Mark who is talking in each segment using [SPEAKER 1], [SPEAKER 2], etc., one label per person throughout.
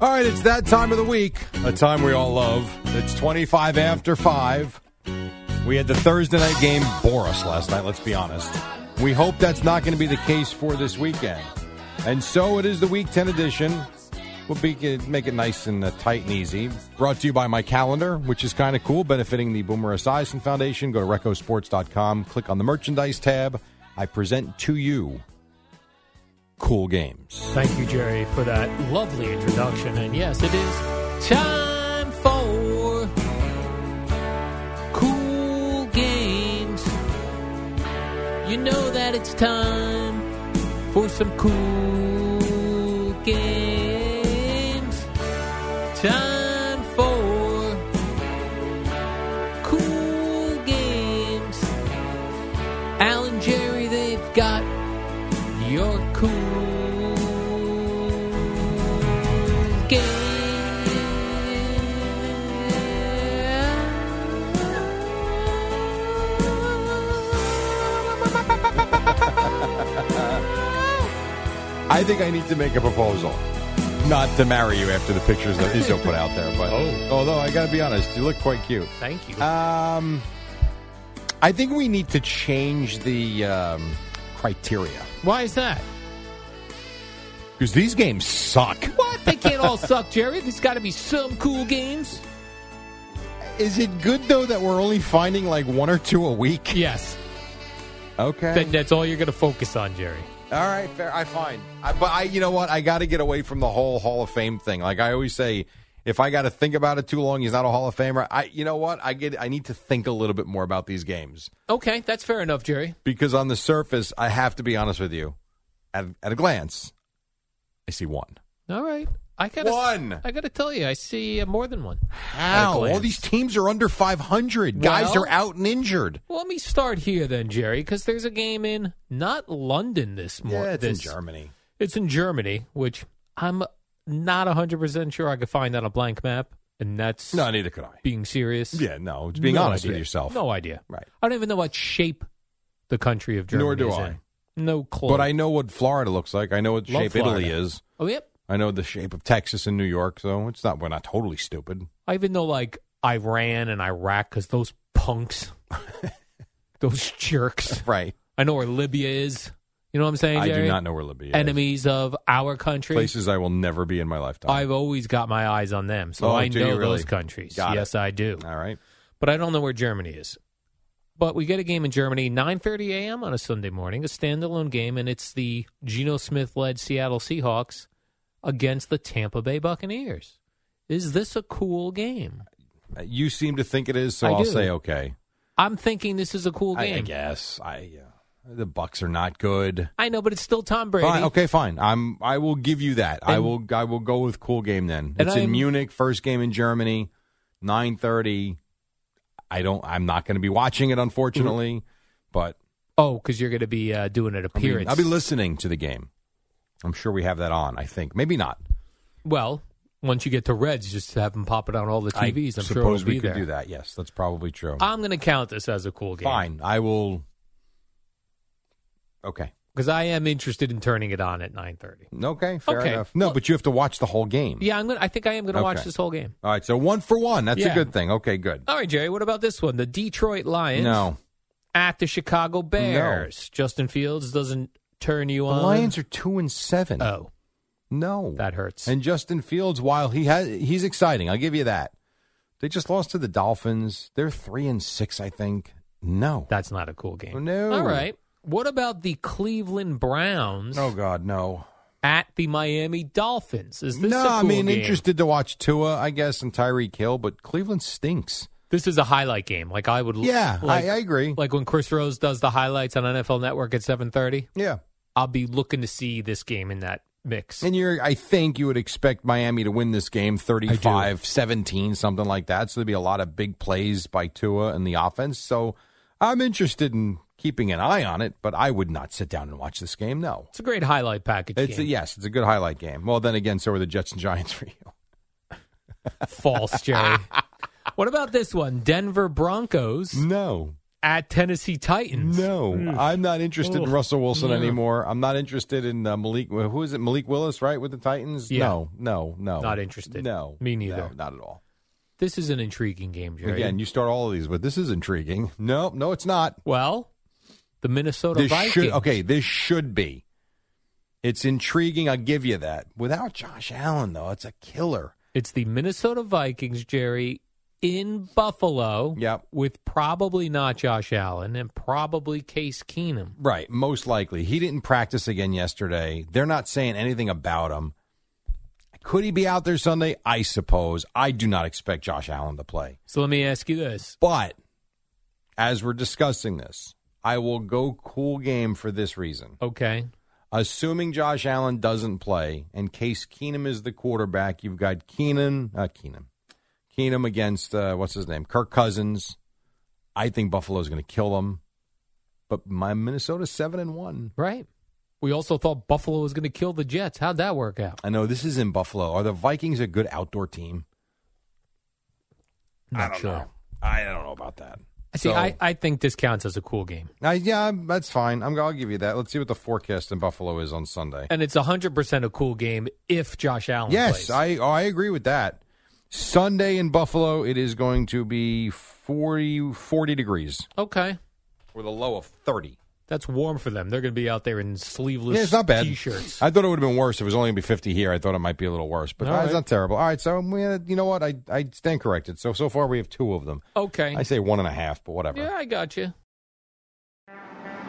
[SPEAKER 1] All right, it's that time of the week, a time we all love. It's 25 after 5. We had the Thursday night game bore us last night, let's be honest. We hope that's not going to be the case for this weekend. And so it is the Week 10 edition. We'll be, make it nice and uh, tight and easy. Brought to you by my calendar, which is kind of cool, benefiting the Boomer Esiason Foundation. Go to recosports.com, click on the merchandise tab. I present to you cool games.
[SPEAKER 2] Thank you, Jerry, for that lovely introduction. And yes, it is time for cool games. You know that it's time for some cool games. Time for cool games. Alan, Jerry, they've got your cool game.
[SPEAKER 1] I think I need to make a proposal. Not to marry you after the pictures that Izzo put out there, but
[SPEAKER 2] Oh.
[SPEAKER 1] although I got to be honest, you look quite cute.
[SPEAKER 2] Thank you.
[SPEAKER 1] Um, I think we need to change the um, criteria
[SPEAKER 2] Why is that?
[SPEAKER 1] because these games suck.
[SPEAKER 2] What? They can't all suck, Jerry. There's got to be some cool games.
[SPEAKER 1] Is it good though that we're only finding like one or two a week?
[SPEAKER 2] Yes.
[SPEAKER 1] Okay.
[SPEAKER 2] That, that's all you're going to focus on, Jerry.
[SPEAKER 1] All right, fair. I fine. I, but I, you know what? I got to get away from the whole Hall of Fame thing. Like I always say, if I got to think about it too long, he's not a Hall of Famer. I, you know what? I get. I need to think a little bit more about these games
[SPEAKER 2] Okay, that's fair enough, Jerry.
[SPEAKER 1] because on the surface, I have to be honest with you. At, at a glance, I see one.
[SPEAKER 2] All right. I gotta,
[SPEAKER 1] One.
[SPEAKER 2] I gotta tell you, I see uh, more than one.
[SPEAKER 1] How? All
[SPEAKER 2] glance.
[SPEAKER 1] these teams are under 500. Guys
[SPEAKER 2] Well-
[SPEAKER 1] are out and injured.
[SPEAKER 2] Well, let me start here then, Jerry, because there's a game in not London this morning.
[SPEAKER 1] yeah, it's
[SPEAKER 2] this,
[SPEAKER 1] in Germany.
[SPEAKER 2] It's in Germany, which I'm not 100% sure I could find on a blank map, and that's
[SPEAKER 1] No, neither could I.
[SPEAKER 2] being serious.
[SPEAKER 1] Yeah, no. It's being
[SPEAKER 2] No
[SPEAKER 1] honest
[SPEAKER 2] idea.
[SPEAKER 1] with yourself.
[SPEAKER 2] No idea.
[SPEAKER 1] Right.
[SPEAKER 2] I don't even know what shape the country of Germany
[SPEAKER 1] Nor do
[SPEAKER 2] is
[SPEAKER 1] I.
[SPEAKER 2] in. No clue.
[SPEAKER 1] But I know what Florida looks like. I know what
[SPEAKER 2] Love
[SPEAKER 1] shape Italy
[SPEAKER 2] Florida.
[SPEAKER 1] is.
[SPEAKER 2] Oh, yep.
[SPEAKER 1] I know the shape of Texas and New York, so it's not we're not totally stupid.
[SPEAKER 2] I even know like Iran and Iraq because those punks, those jerks.
[SPEAKER 1] Right.
[SPEAKER 2] I know where Libya is. You know what I'm saying?
[SPEAKER 1] I do
[SPEAKER 2] Jerry?
[SPEAKER 1] not know where Libya is.
[SPEAKER 2] Enemies of our country.
[SPEAKER 1] Places I will never be in my lifetime.
[SPEAKER 2] I've always got my eyes on them, so
[SPEAKER 1] Oh,
[SPEAKER 2] I
[SPEAKER 1] do
[SPEAKER 2] know
[SPEAKER 1] you really?
[SPEAKER 2] those countries.
[SPEAKER 1] Got it.
[SPEAKER 2] yes, I do.
[SPEAKER 1] All right.
[SPEAKER 2] But I don't know where Germany is. But we get a game in Germany, 9:30 a.m. on a Sunday morning, a standalone game, and it's the Geno Smith-led Seattle Seahawks against the Tampa Bay Buccaneers. Is this a cool game?
[SPEAKER 1] You seem to think it is, so
[SPEAKER 2] I
[SPEAKER 1] will
[SPEAKER 2] do.
[SPEAKER 1] say okay.
[SPEAKER 2] I'm thinking this is a cool
[SPEAKER 1] I, I
[SPEAKER 2] game.
[SPEAKER 1] guess. I yeah. The Bucks are not good.
[SPEAKER 2] I know, but it's still Tom Brady.
[SPEAKER 1] Fine, okay, fine. I'm I will give you that. I
[SPEAKER 2] And-
[SPEAKER 1] will I will go with cool game then.
[SPEAKER 2] And
[SPEAKER 1] It's in
[SPEAKER 2] I'm-
[SPEAKER 1] Munich, first game in Germany, nine thirty. I don't I'm not gonna be watching it unfortunately, but
[SPEAKER 2] Oh, because you're going to be uh, doing an
[SPEAKER 1] I mean,
[SPEAKER 2] appearance.
[SPEAKER 1] I'll be listening to the game. I'm sure we have that on, I think. Maybe not.
[SPEAKER 2] well, once you get to Reds, just have them pop it on all the TVs.
[SPEAKER 1] I
[SPEAKER 2] am sure
[SPEAKER 1] suppose
[SPEAKER 2] it'll
[SPEAKER 1] we
[SPEAKER 2] be
[SPEAKER 1] could
[SPEAKER 2] there. Ah,
[SPEAKER 1] do that. Yes, that's probably true.
[SPEAKER 2] I'm going to count this as a cool game.
[SPEAKER 1] Fine, I will. Okay,
[SPEAKER 2] because I am interested in turning it on at 9:30.
[SPEAKER 1] okay, fair
[SPEAKER 2] Okay.
[SPEAKER 1] enough. No, but you have to watch the whole game.
[SPEAKER 2] Yeah, I'm gonna. I think I am gonna watch
[SPEAKER 1] Okay.
[SPEAKER 2] this whole game.
[SPEAKER 1] All right, so one for one. That's a
[SPEAKER 2] Yeah.
[SPEAKER 1] good thing. Okay, good.
[SPEAKER 2] All right, Jerry. What about this one? The Detroit Lions
[SPEAKER 1] No,
[SPEAKER 2] at the Chicago Bears. Justin Fields doesn't turn you
[SPEAKER 1] the
[SPEAKER 2] on.
[SPEAKER 1] Lions are two and seven.
[SPEAKER 2] Oh,
[SPEAKER 1] no,
[SPEAKER 2] that hurts.
[SPEAKER 1] and Justin Fields, while he has, he's exciting. I'll give you that. They just lost to the Dolphins. They're three and six, I think. No.
[SPEAKER 2] That's not a cool game.
[SPEAKER 1] No.
[SPEAKER 2] All right. What about the Cleveland Browns
[SPEAKER 1] Oh God, no.
[SPEAKER 2] at the Miami Dolphins? Is this
[SPEAKER 1] no,
[SPEAKER 2] a cool
[SPEAKER 1] I mean
[SPEAKER 2] game?
[SPEAKER 1] interested to watch Tua, I guess, and Tyreek Hill, but Cleveland stinks.
[SPEAKER 2] This is a highlight game. Like I would. l-
[SPEAKER 1] Yeah,
[SPEAKER 2] like,
[SPEAKER 1] I, I agree.
[SPEAKER 2] like when Chris Rose does the highlights on NFL Network at seven thirty.
[SPEAKER 1] yeah.
[SPEAKER 2] I'll be looking to see this game in that mix.
[SPEAKER 1] And you're, I think you would expect Miami to win this game 35 17, something like that. So there'd be a lot of big plays by Tua and the offense. So I'm interested in keeping an eye on it, but I would not sit down and watch this game. No.
[SPEAKER 2] It's a great highlight package.
[SPEAKER 1] It's a,
[SPEAKER 2] game.
[SPEAKER 1] yes, it's a good highlight game. Well, then again, so are the Jets and Giants for you.
[SPEAKER 2] False, Jerry. what about this one? Denver Broncos
[SPEAKER 1] No,
[SPEAKER 2] at Tennessee Titans.
[SPEAKER 1] Mm. no, Mm. I'm not interested in Russell Wilson anymore. I'm not interested in uh, Malik. Who is it? Malik Willis, right, with the Titans?
[SPEAKER 2] Yeah.
[SPEAKER 1] No, no, no,
[SPEAKER 2] Not interested.
[SPEAKER 1] No,
[SPEAKER 2] Me
[SPEAKER 1] no,
[SPEAKER 2] neither.
[SPEAKER 1] not at all.
[SPEAKER 2] This is an intriguing game, Jerry.
[SPEAKER 1] Again, you start all of these, but this is intriguing. No, no, it's not.
[SPEAKER 2] Well, the Minnesota
[SPEAKER 1] this
[SPEAKER 2] Vikings.
[SPEAKER 1] should okay. This should be. It's intriguing. I'll give you that. Without Josh Allen, though, it's a killer.
[SPEAKER 2] It's the Minnesota Vikings, Jerry, in Buffalo.
[SPEAKER 1] Yep.
[SPEAKER 2] With probably not Josh Allen and probably Case Keenum.
[SPEAKER 1] Right, most likely. He didn't practice again yesterday. They're not saying anything about him. Could he be out there Sunday? I suppose. I do not expect Josh Allen to play.
[SPEAKER 2] So let me ask you this.
[SPEAKER 1] But as we're discussing this, I will go cool game for this reason.
[SPEAKER 2] Okay.
[SPEAKER 1] Assuming Josh Allen doesn't play and Case Keenum is the quarterback, you've got Keenan, uh, Keenum, Keenum against uh, what's his name, Kirk Cousins. I think Buffalo's going to kill them. But my Minnesota's seven and one.
[SPEAKER 2] Right. We also thought Buffalo was going to kill the Jets. How'd that work out?
[SPEAKER 1] I know this is in Buffalo. Are the Vikings a good outdoor team?
[SPEAKER 2] Not sure.
[SPEAKER 1] I don't know about that.
[SPEAKER 2] See,
[SPEAKER 1] So-
[SPEAKER 2] I, I think this counts as a cool game.
[SPEAKER 1] I, yeah, that's fine. I'm, I'll give you that. Let's see what the forecast in Buffalo is on Sunday.
[SPEAKER 2] And it's 100% a cool game if Josh Allen
[SPEAKER 1] Yes,
[SPEAKER 2] plays.
[SPEAKER 1] I oh, I agree with that. Sunday in Buffalo, it is going to be 40, 40 degrees
[SPEAKER 2] Okay.
[SPEAKER 1] with a low of 30.
[SPEAKER 2] That's warm for them. They're going to be out there in sleeveless
[SPEAKER 1] Yeah, it's not bad.
[SPEAKER 2] t-shirts.
[SPEAKER 1] I thought it would have been worse. If it was only going to be 50 here. I thought it might be a little worse, but
[SPEAKER 2] All
[SPEAKER 1] uh, it's
[SPEAKER 2] right.
[SPEAKER 1] not terrible. All right, so yeah, you know what? I, I stand corrected. So, so far we have two of them.
[SPEAKER 2] Okay.
[SPEAKER 1] I say one and a half, but whatever.
[SPEAKER 2] yeah, I got you.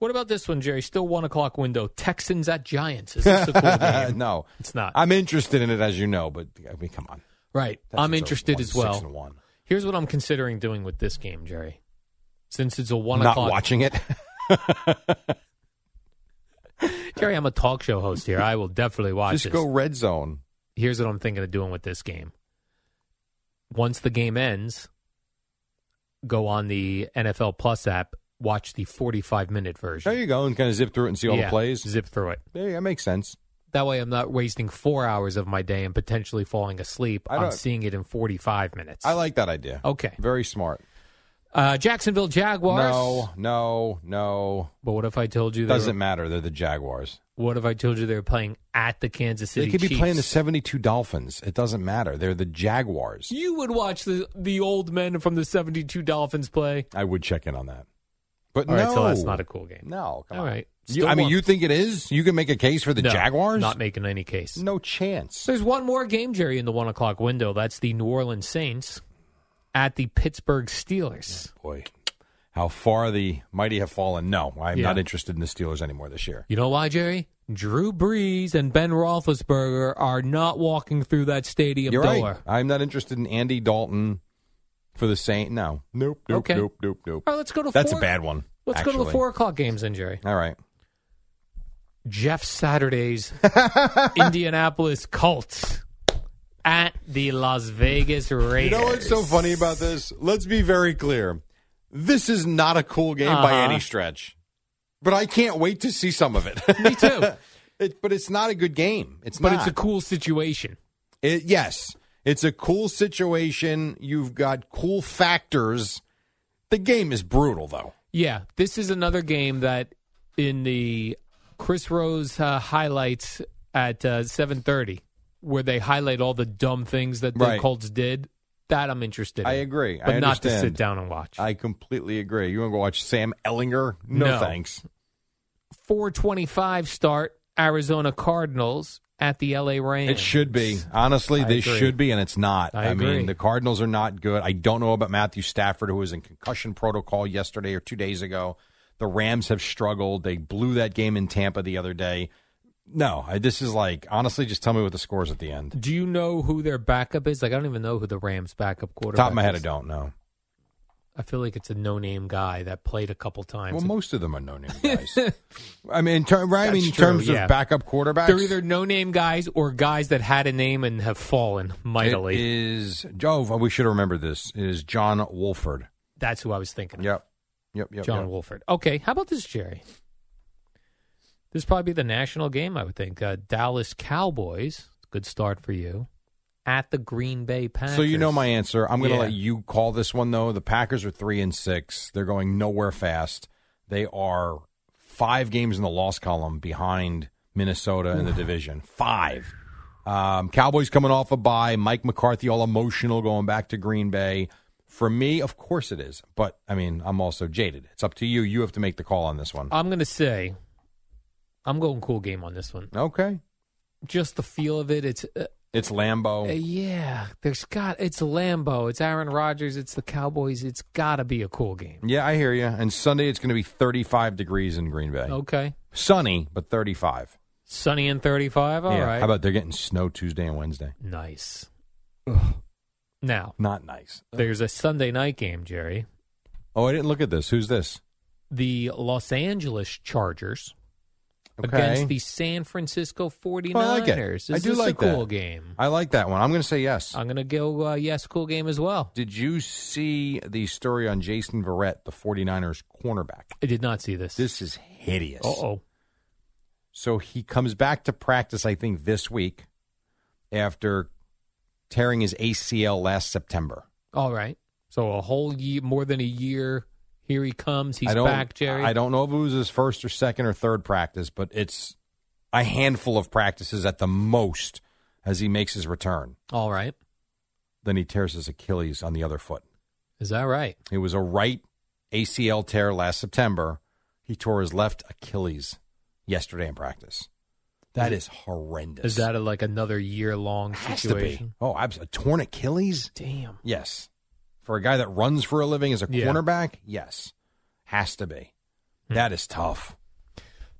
[SPEAKER 2] What about this one, Jerry? Still one o'clock window. Texans at Giants. Is this a cool game?
[SPEAKER 1] Uh, no,
[SPEAKER 2] It's not.
[SPEAKER 1] I'm interested in it, as you know, but I mean, come on.
[SPEAKER 2] right.
[SPEAKER 1] Texans
[SPEAKER 2] I'm
[SPEAKER 1] are
[SPEAKER 2] interested
[SPEAKER 1] one,
[SPEAKER 2] as
[SPEAKER 1] Six and
[SPEAKER 2] well.
[SPEAKER 1] one.
[SPEAKER 2] Here's what I'm considering doing with this game, Jerry. Since it's a one
[SPEAKER 1] Not
[SPEAKER 2] o'clock,
[SPEAKER 1] watching it.
[SPEAKER 2] Jerry, I'm a talk show host here. I will definitely watch
[SPEAKER 1] Just
[SPEAKER 2] this.
[SPEAKER 1] go red zone.
[SPEAKER 2] Here's what I'm thinking of doing with this game. Once the game ends, go on the NFL Plus app, watch the 45 minute version.
[SPEAKER 1] There you go, and kind of zip through it and see all
[SPEAKER 2] Yeah,
[SPEAKER 1] the plays.
[SPEAKER 2] Zip through it.
[SPEAKER 1] Yeah, that makes sense.
[SPEAKER 2] That way, I'm not wasting four hours of my day and potentially falling asleep.
[SPEAKER 1] I
[SPEAKER 2] I'm
[SPEAKER 1] don't-
[SPEAKER 2] seeing it in 45 minutes.
[SPEAKER 1] I like that idea.
[SPEAKER 2] Okay.
[SPEAKER 1] Very smart.
[SPEAKER 2] Uh, Jacksonville Jaguars.
[SPEAKER 1] No, no, no.
[SPEAKER 2] But what if I told you? they
[SPEAKER 1] Doesn't
[SPEAKER 2] were-
[SPEAKER 1] matter. They're the Jaguars.
[SPEAKER 2] What if I told you they were playing at the Kansas City?
[SPEAKER 1] they could be
[SPEAKER 2] Chiefs?
[SPEAKER 1] playing the 72 Dolphins. It doesn't matter. They're the Jaguars.
[SPEAKER 2] You would watch the the old men from the '72 Dolphins play.
[SPEAKER 1] I would check in on that. But
[SPEAKER 2] All
[SPEAKER 1] no.
[SPEAKER 2] right, so that's not a cool game.
[SPEAKER 1] No, come
[SPEAKER 2] All
[SPEAKER 1] on.
[SPEAKER 2] right.
[SPEAKER 1] You,
[SPEAKER 2] Still
[SPEAKER 1] I mean,
[SPEAKER 2] one.
[SPEAKER 1] you think it is? You can make a case for the
[SPEAKER 2] No,
[SPEAKER 1] Jaguars?
[SPEAKER 2] Not making any case.
[SPEAKER 1] no chance.
[SPEAKER 2] There's one more game, Jerry, in the one o'clock window. That's the New Orleans Saints at the Pittsburgh Steelers.
[SPEAKER 1] Boy, how far the mighty have fallen. No, I'm
[SPEAKER 2] Yeah.
[SPEAKER 1] not interested in the Steelers anymore this year.
[SPEAKER 2] You know why, Jerry? Drew Brees and Ben Roethlisberger are not walking through that stadium
[SPEAKER 1] You're
[SPEAKER 2] door.
[SPEAKER 1] right. I'm not interested in Andy Dalton for the Saint. No. Nope. Nope.
[SPEAKER 2] Okay.
[SPEAKER 1] Nope. Nope. Nope.
[SPEAKER 2] All right, let's go to
[SPEAKER 1] That's a
[SPEAKER 2] four.
[SPEAKER 1] bad one.
[SPEAKER 2] Let's go to the
[SPEAKER 1] actually.
[SPEAKER 2] four o'clock games then, Jerry.
[SPEAKER 1] All right.
[SPEAKER 2] Jeff Saturday's Indianapolis Colts at the Las Vegas Raiders.
[SPEAKER 1] You know what's so funny about this? Let's be very clear. This is not a cool game by
[SPEAKER 2] Uh-huh.
[SPEAKER 1] any stretch. But I can't wait to see some of it.
[SPEAKER 2] Me too.
[SPEAKER 1] It, but it's not a good game. It's
[SPEAKER 2] But
[SPEAKER 1] not.
[SPEAKER 2] it's a cool situation.
[SPEAKER 1] It, yes, it's a cool situation. You've got cool factors. The game is brutal, though.
[SPEAKER 2] Yeah, this is another game that in the Chris Rose uh, highlights at uh, 7:30 where they highlight all the dumb things that the
[SPEAKER 1] Right.
[SPEAKER 2] Colts did. That I'm interested in.
[SPEAKER 1] I agree. I
[SPEAKER 2] But not to
[SPEAKER 1] understand.
[SPEAKER 2] sit down and watch.
[SPEAKER 1] I completely agree. You want to go watch Sam Ellinger?
[SPEAKER 2] No.
[SPEAKER 1] thanks.
[SPEAKER 2] 425 start Arizona Cardinals at the LA Rams.
[SPEAKER 1] It should be. Honestly,
[SPEAKER 2] I
[SPEAKER 1] this
[SPEAKER 2] agree.
[SPEAKER 1] should be, and it's not.
[SPEAKER 2] I agree.
[SPEAKER 1] mean, the Cardinals are not good. I don't know about Matthew Stafford, who was in concussion protocol yesterday or two days ago. The Rams have struggled. They blew that game in Tampa the other day. No, I, this is like, honestly, just tell me what the score is at the end.
[SPEAKER 2] Do you know who their backup is? Like I don't even know who the Rams backup quarterback.
[SPEAKER 1] Top of my head, I
[SPEAKER 2] is.
[SPEAKER 1] don't know.
[SPEAKER 2] I feel like it's a no-name guy that played a couple times.
[SPEAKER 1] Well, most of them are no name guys. I mean, in ter- right? I
[SPEAKER 2] That's
[SPEAKER 1] mean, in
[SPEAKER 2] true,
[SPEAKER 1] terms
[SPEAKER 2] yeah.
[SPEAKER 1] of backup quarterbacks,
[SPEAKER 2] They're either no-name guys or guys that had a name and have fallen
[SPEAKER 1] it
[SPEAKER 2] mightily.
[SPEAKER 1] is Jove. we should remember this is John Wolford.
[SPEAKER 2] That's who I was thinking. of.
[SPEAKER 1] Yep, yep, yep.
[SPEAKER 2] John
[SPEAKER 1] yep.
[SPEAKER 2] Wolford. Okay, how about this, Jerry? This would probably be the national game, I would think. Uh, Dallas Cowboys, good start for you, at the Green Bay Packers.
[SPEAKER 1] So you know my answer. I'm going to
[SPEAKER 2] Yeah.
[SPEAKER 1] let you call this one though. The Packers are three and six. They're going nowhere fast. They are five games in the loss column behind Minnesota in the division. Five. Um, Cowboys coming off a bye. Mike McCarthy all emotional going back to Green Bay. For me, of course it is. But I mean, I'm also jaded. It's up to you. You have to make the call on this one.
[SPEAKER 2] I'm going to say, I'm going cool game on this one.
[SPEAKER 1] Okay.
[SPEAKER 2] Just the feel of it. It's uh,
[SPEAKER 1] It's Lambeau.
[SPEAKER 2] uh, yeah. There's got it's Lambo. It's Aaron Rodgers. It's the Cowboys. It's got to be a cool game.
[SPEAKER 1] Yeah, I hear you. And Sunday it's going to be 35 degrees in Green Bay.
[SPEAKER 2] Okay.
[SPEAKER 1] Sunny, but 35.
[SPEAKER 2] Sunny and 35. All right.
[SPEAKER 1] yeah. How about they're getting snow Tuesday and Wednesday?
[SPEAKER 2] nice? Now
[SPEAKER 1] Not nice.
[SPEAKER 2] there's a Sunday night game, Jerry.
[SPEAKER 1] Oh, I didn't look at this. Who's this?
[SPEAKER 2] the Los Angeles Chargers against the San Francisco 49ers.
[SPEAKER 1] Oh, I like it.
[SPEAKER 2] Is
[SPEAKER 1] I do
[SPEAKER 2] this
[SPEAKER 1] like
[SPEAKER 2] a cool
[SPEAKER 1] that.
[SPEAKER 2] game?
[SPEAKER 1] I like that one. I'm going to say yes.
[SPEAKER 2] I'm going to go uh, yes, cool game as well.
[SPEAKER 1] Did you see the story on Jason Verrett, the 49ers cornerback?
[SPEAKER 2] I did not see this.
[SPEAKER 1] This is hideous.
[SPEAKER 2] Uh-oh.
[SPEAKER 1] So he comes back to practice, I think, this week after tearing his ACL last September.
[SPEAKER 2] All right. So a whole year, more than a year, here he comes. He's
[SPEAKER 1] I don't,
[SPEAKER 2] back, Jerry.
[SPEAKER 1] I don't know if it was his first or second or third practice, but it's a handful of practices at the most as he makes his return.
[SPEAKER 2] All right.
[SPEAKER 1] then he tears his Achilles on the other foot.
[SPEAKER 2] Is that right?
[SPEAKER 1] It was a right ACL tear last September. He tore his left Achilles yesterday in practice. That is horrendous.
[SPEAKER 2] Is that a, like another year long
[SPEAKER 1] Has to be.
[SPEAKER 2] situation?
[SPEAKER 1] Oh, abs- a torn Achilles?
[SPEAKER 2] Damn.
[SPEAKER 1] Yes. For a guy that runs for a living as a
[SPEAKER 2] Yeah.
[SPEAKER 1] cornerback, yes, has to be. That is tough.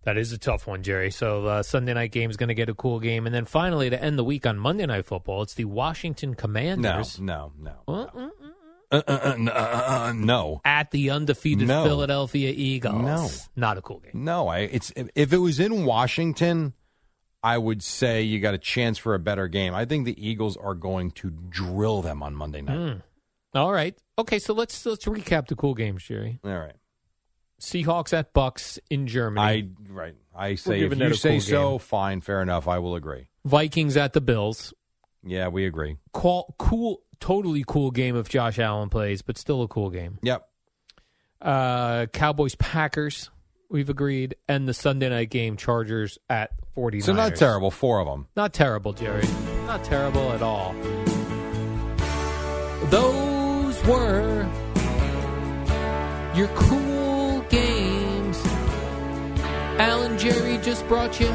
[SPEAKER 2] That is a tough one, Jerry. So uh, Sunday night game is going to get a cool game, and then finally to end the week on Monday night football, it's the Washington
[SPEAKER 1] No,
[SPEAKER 2] Commanders.
[SPEAKER 1] no, no,
[SPEAKER 2] Huh?
[SPEAKER 1] Uh, uh, uh, n- uh, uh, uh, no,
[SPEAKER 2] at the undefeated
[SPEAKER 1] No.
[SPEAKER 2] Philadelphia Eagles.
[SPEAKER 1] No.
[SPEAKER 2] Not a cool game.
[SPEAKER 1] no. I it's if- if it was in Washington, I would say you got a chance for a better game. I think the Eagles are going to drill them on Monday night.
[SPEAKER 2] All right. Okay, so let's let's recap the cool games, Jerry.
[SPEAKER 1] All right.
[SPEAKER 2] Seahawks at Bucks in Germany.
[SPEAKER 1] I right. I say if
[SPEAKER 2] giving that
[SPEAKER 1] you
[SPEAKER 2] a
[SPEAKER 1] say
[SPEAKER 2] cool
[SPEAKER 1] so,
[SPEAKER 2] game.
[SPEAKER 1] fine, fair enough. I will agree.
[SPEAKER 2] Vikings at the Bills.
[SPEAKER 1] Yeah, we agree.
[SPEAKER 2] Call, cool, totally cool game if Josh Allen plays, but still a cool game.
[SPEAKER 1] Yep.
[SPEAKER 2] Uh, Cowboys Packers. We've agreed, and the Sunday night game Chargers at 49ers.
[SPEAKER 1] So not terrible. Four of them.
[SPEAKER 2] Not terrible, Jerry. Not terrible at all. Those were your cool games. Alan Jerry just brought you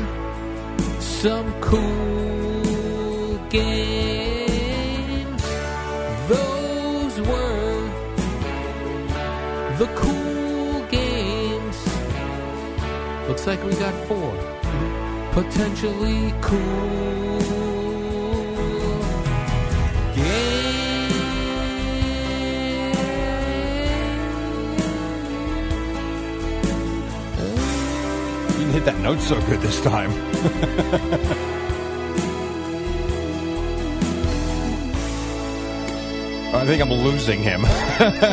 [SPEAKER 2] some cool games. Those were the cool games. Looks like we got four potentially cool
[SPEAKER 1] You didn't hit that note so good this time. I think I'm losing him.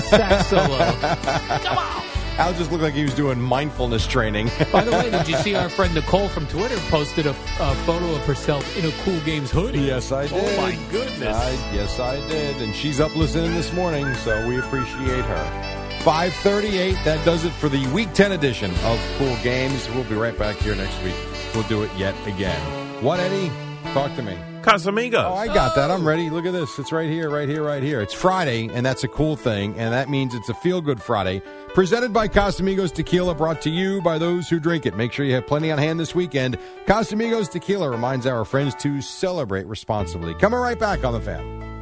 [SPEAKER 2] sax solo.
[SPEAKER 1] Al just looked like he was doing mindfulness training.
[SPEAKER 2] By the way, did you see our friend Nicole from Twitter posted a, a photo of herself in a Cool Games hoodie?
[SPEAKER 1] yes, I did.
[SPEAKER 2] Oh my goodness!
[SPEAKER 1] I, yes, I did. And she's up listening this morning, so we appreciate her. 538, that does it for the Week 10 edition of Cool Games. We'll be right back here next week. We'll do it yet again. What, Eddie? Talk to me.
[SPEAKER 3] Casamigos.
[SPEAKER 1] Oh, I got that. I'm ready. Look at this. It's right here, right here, right here. It's Friday, and that's a cool thing, and that means it's a feel good Friday. Presented by Casamigos Tequila, brought to you by those who drink it. Make sure you have plenty on hand this weekend. Casamigos Tequila reminds our friends to celebrate responsibly. Coming right back on the fan.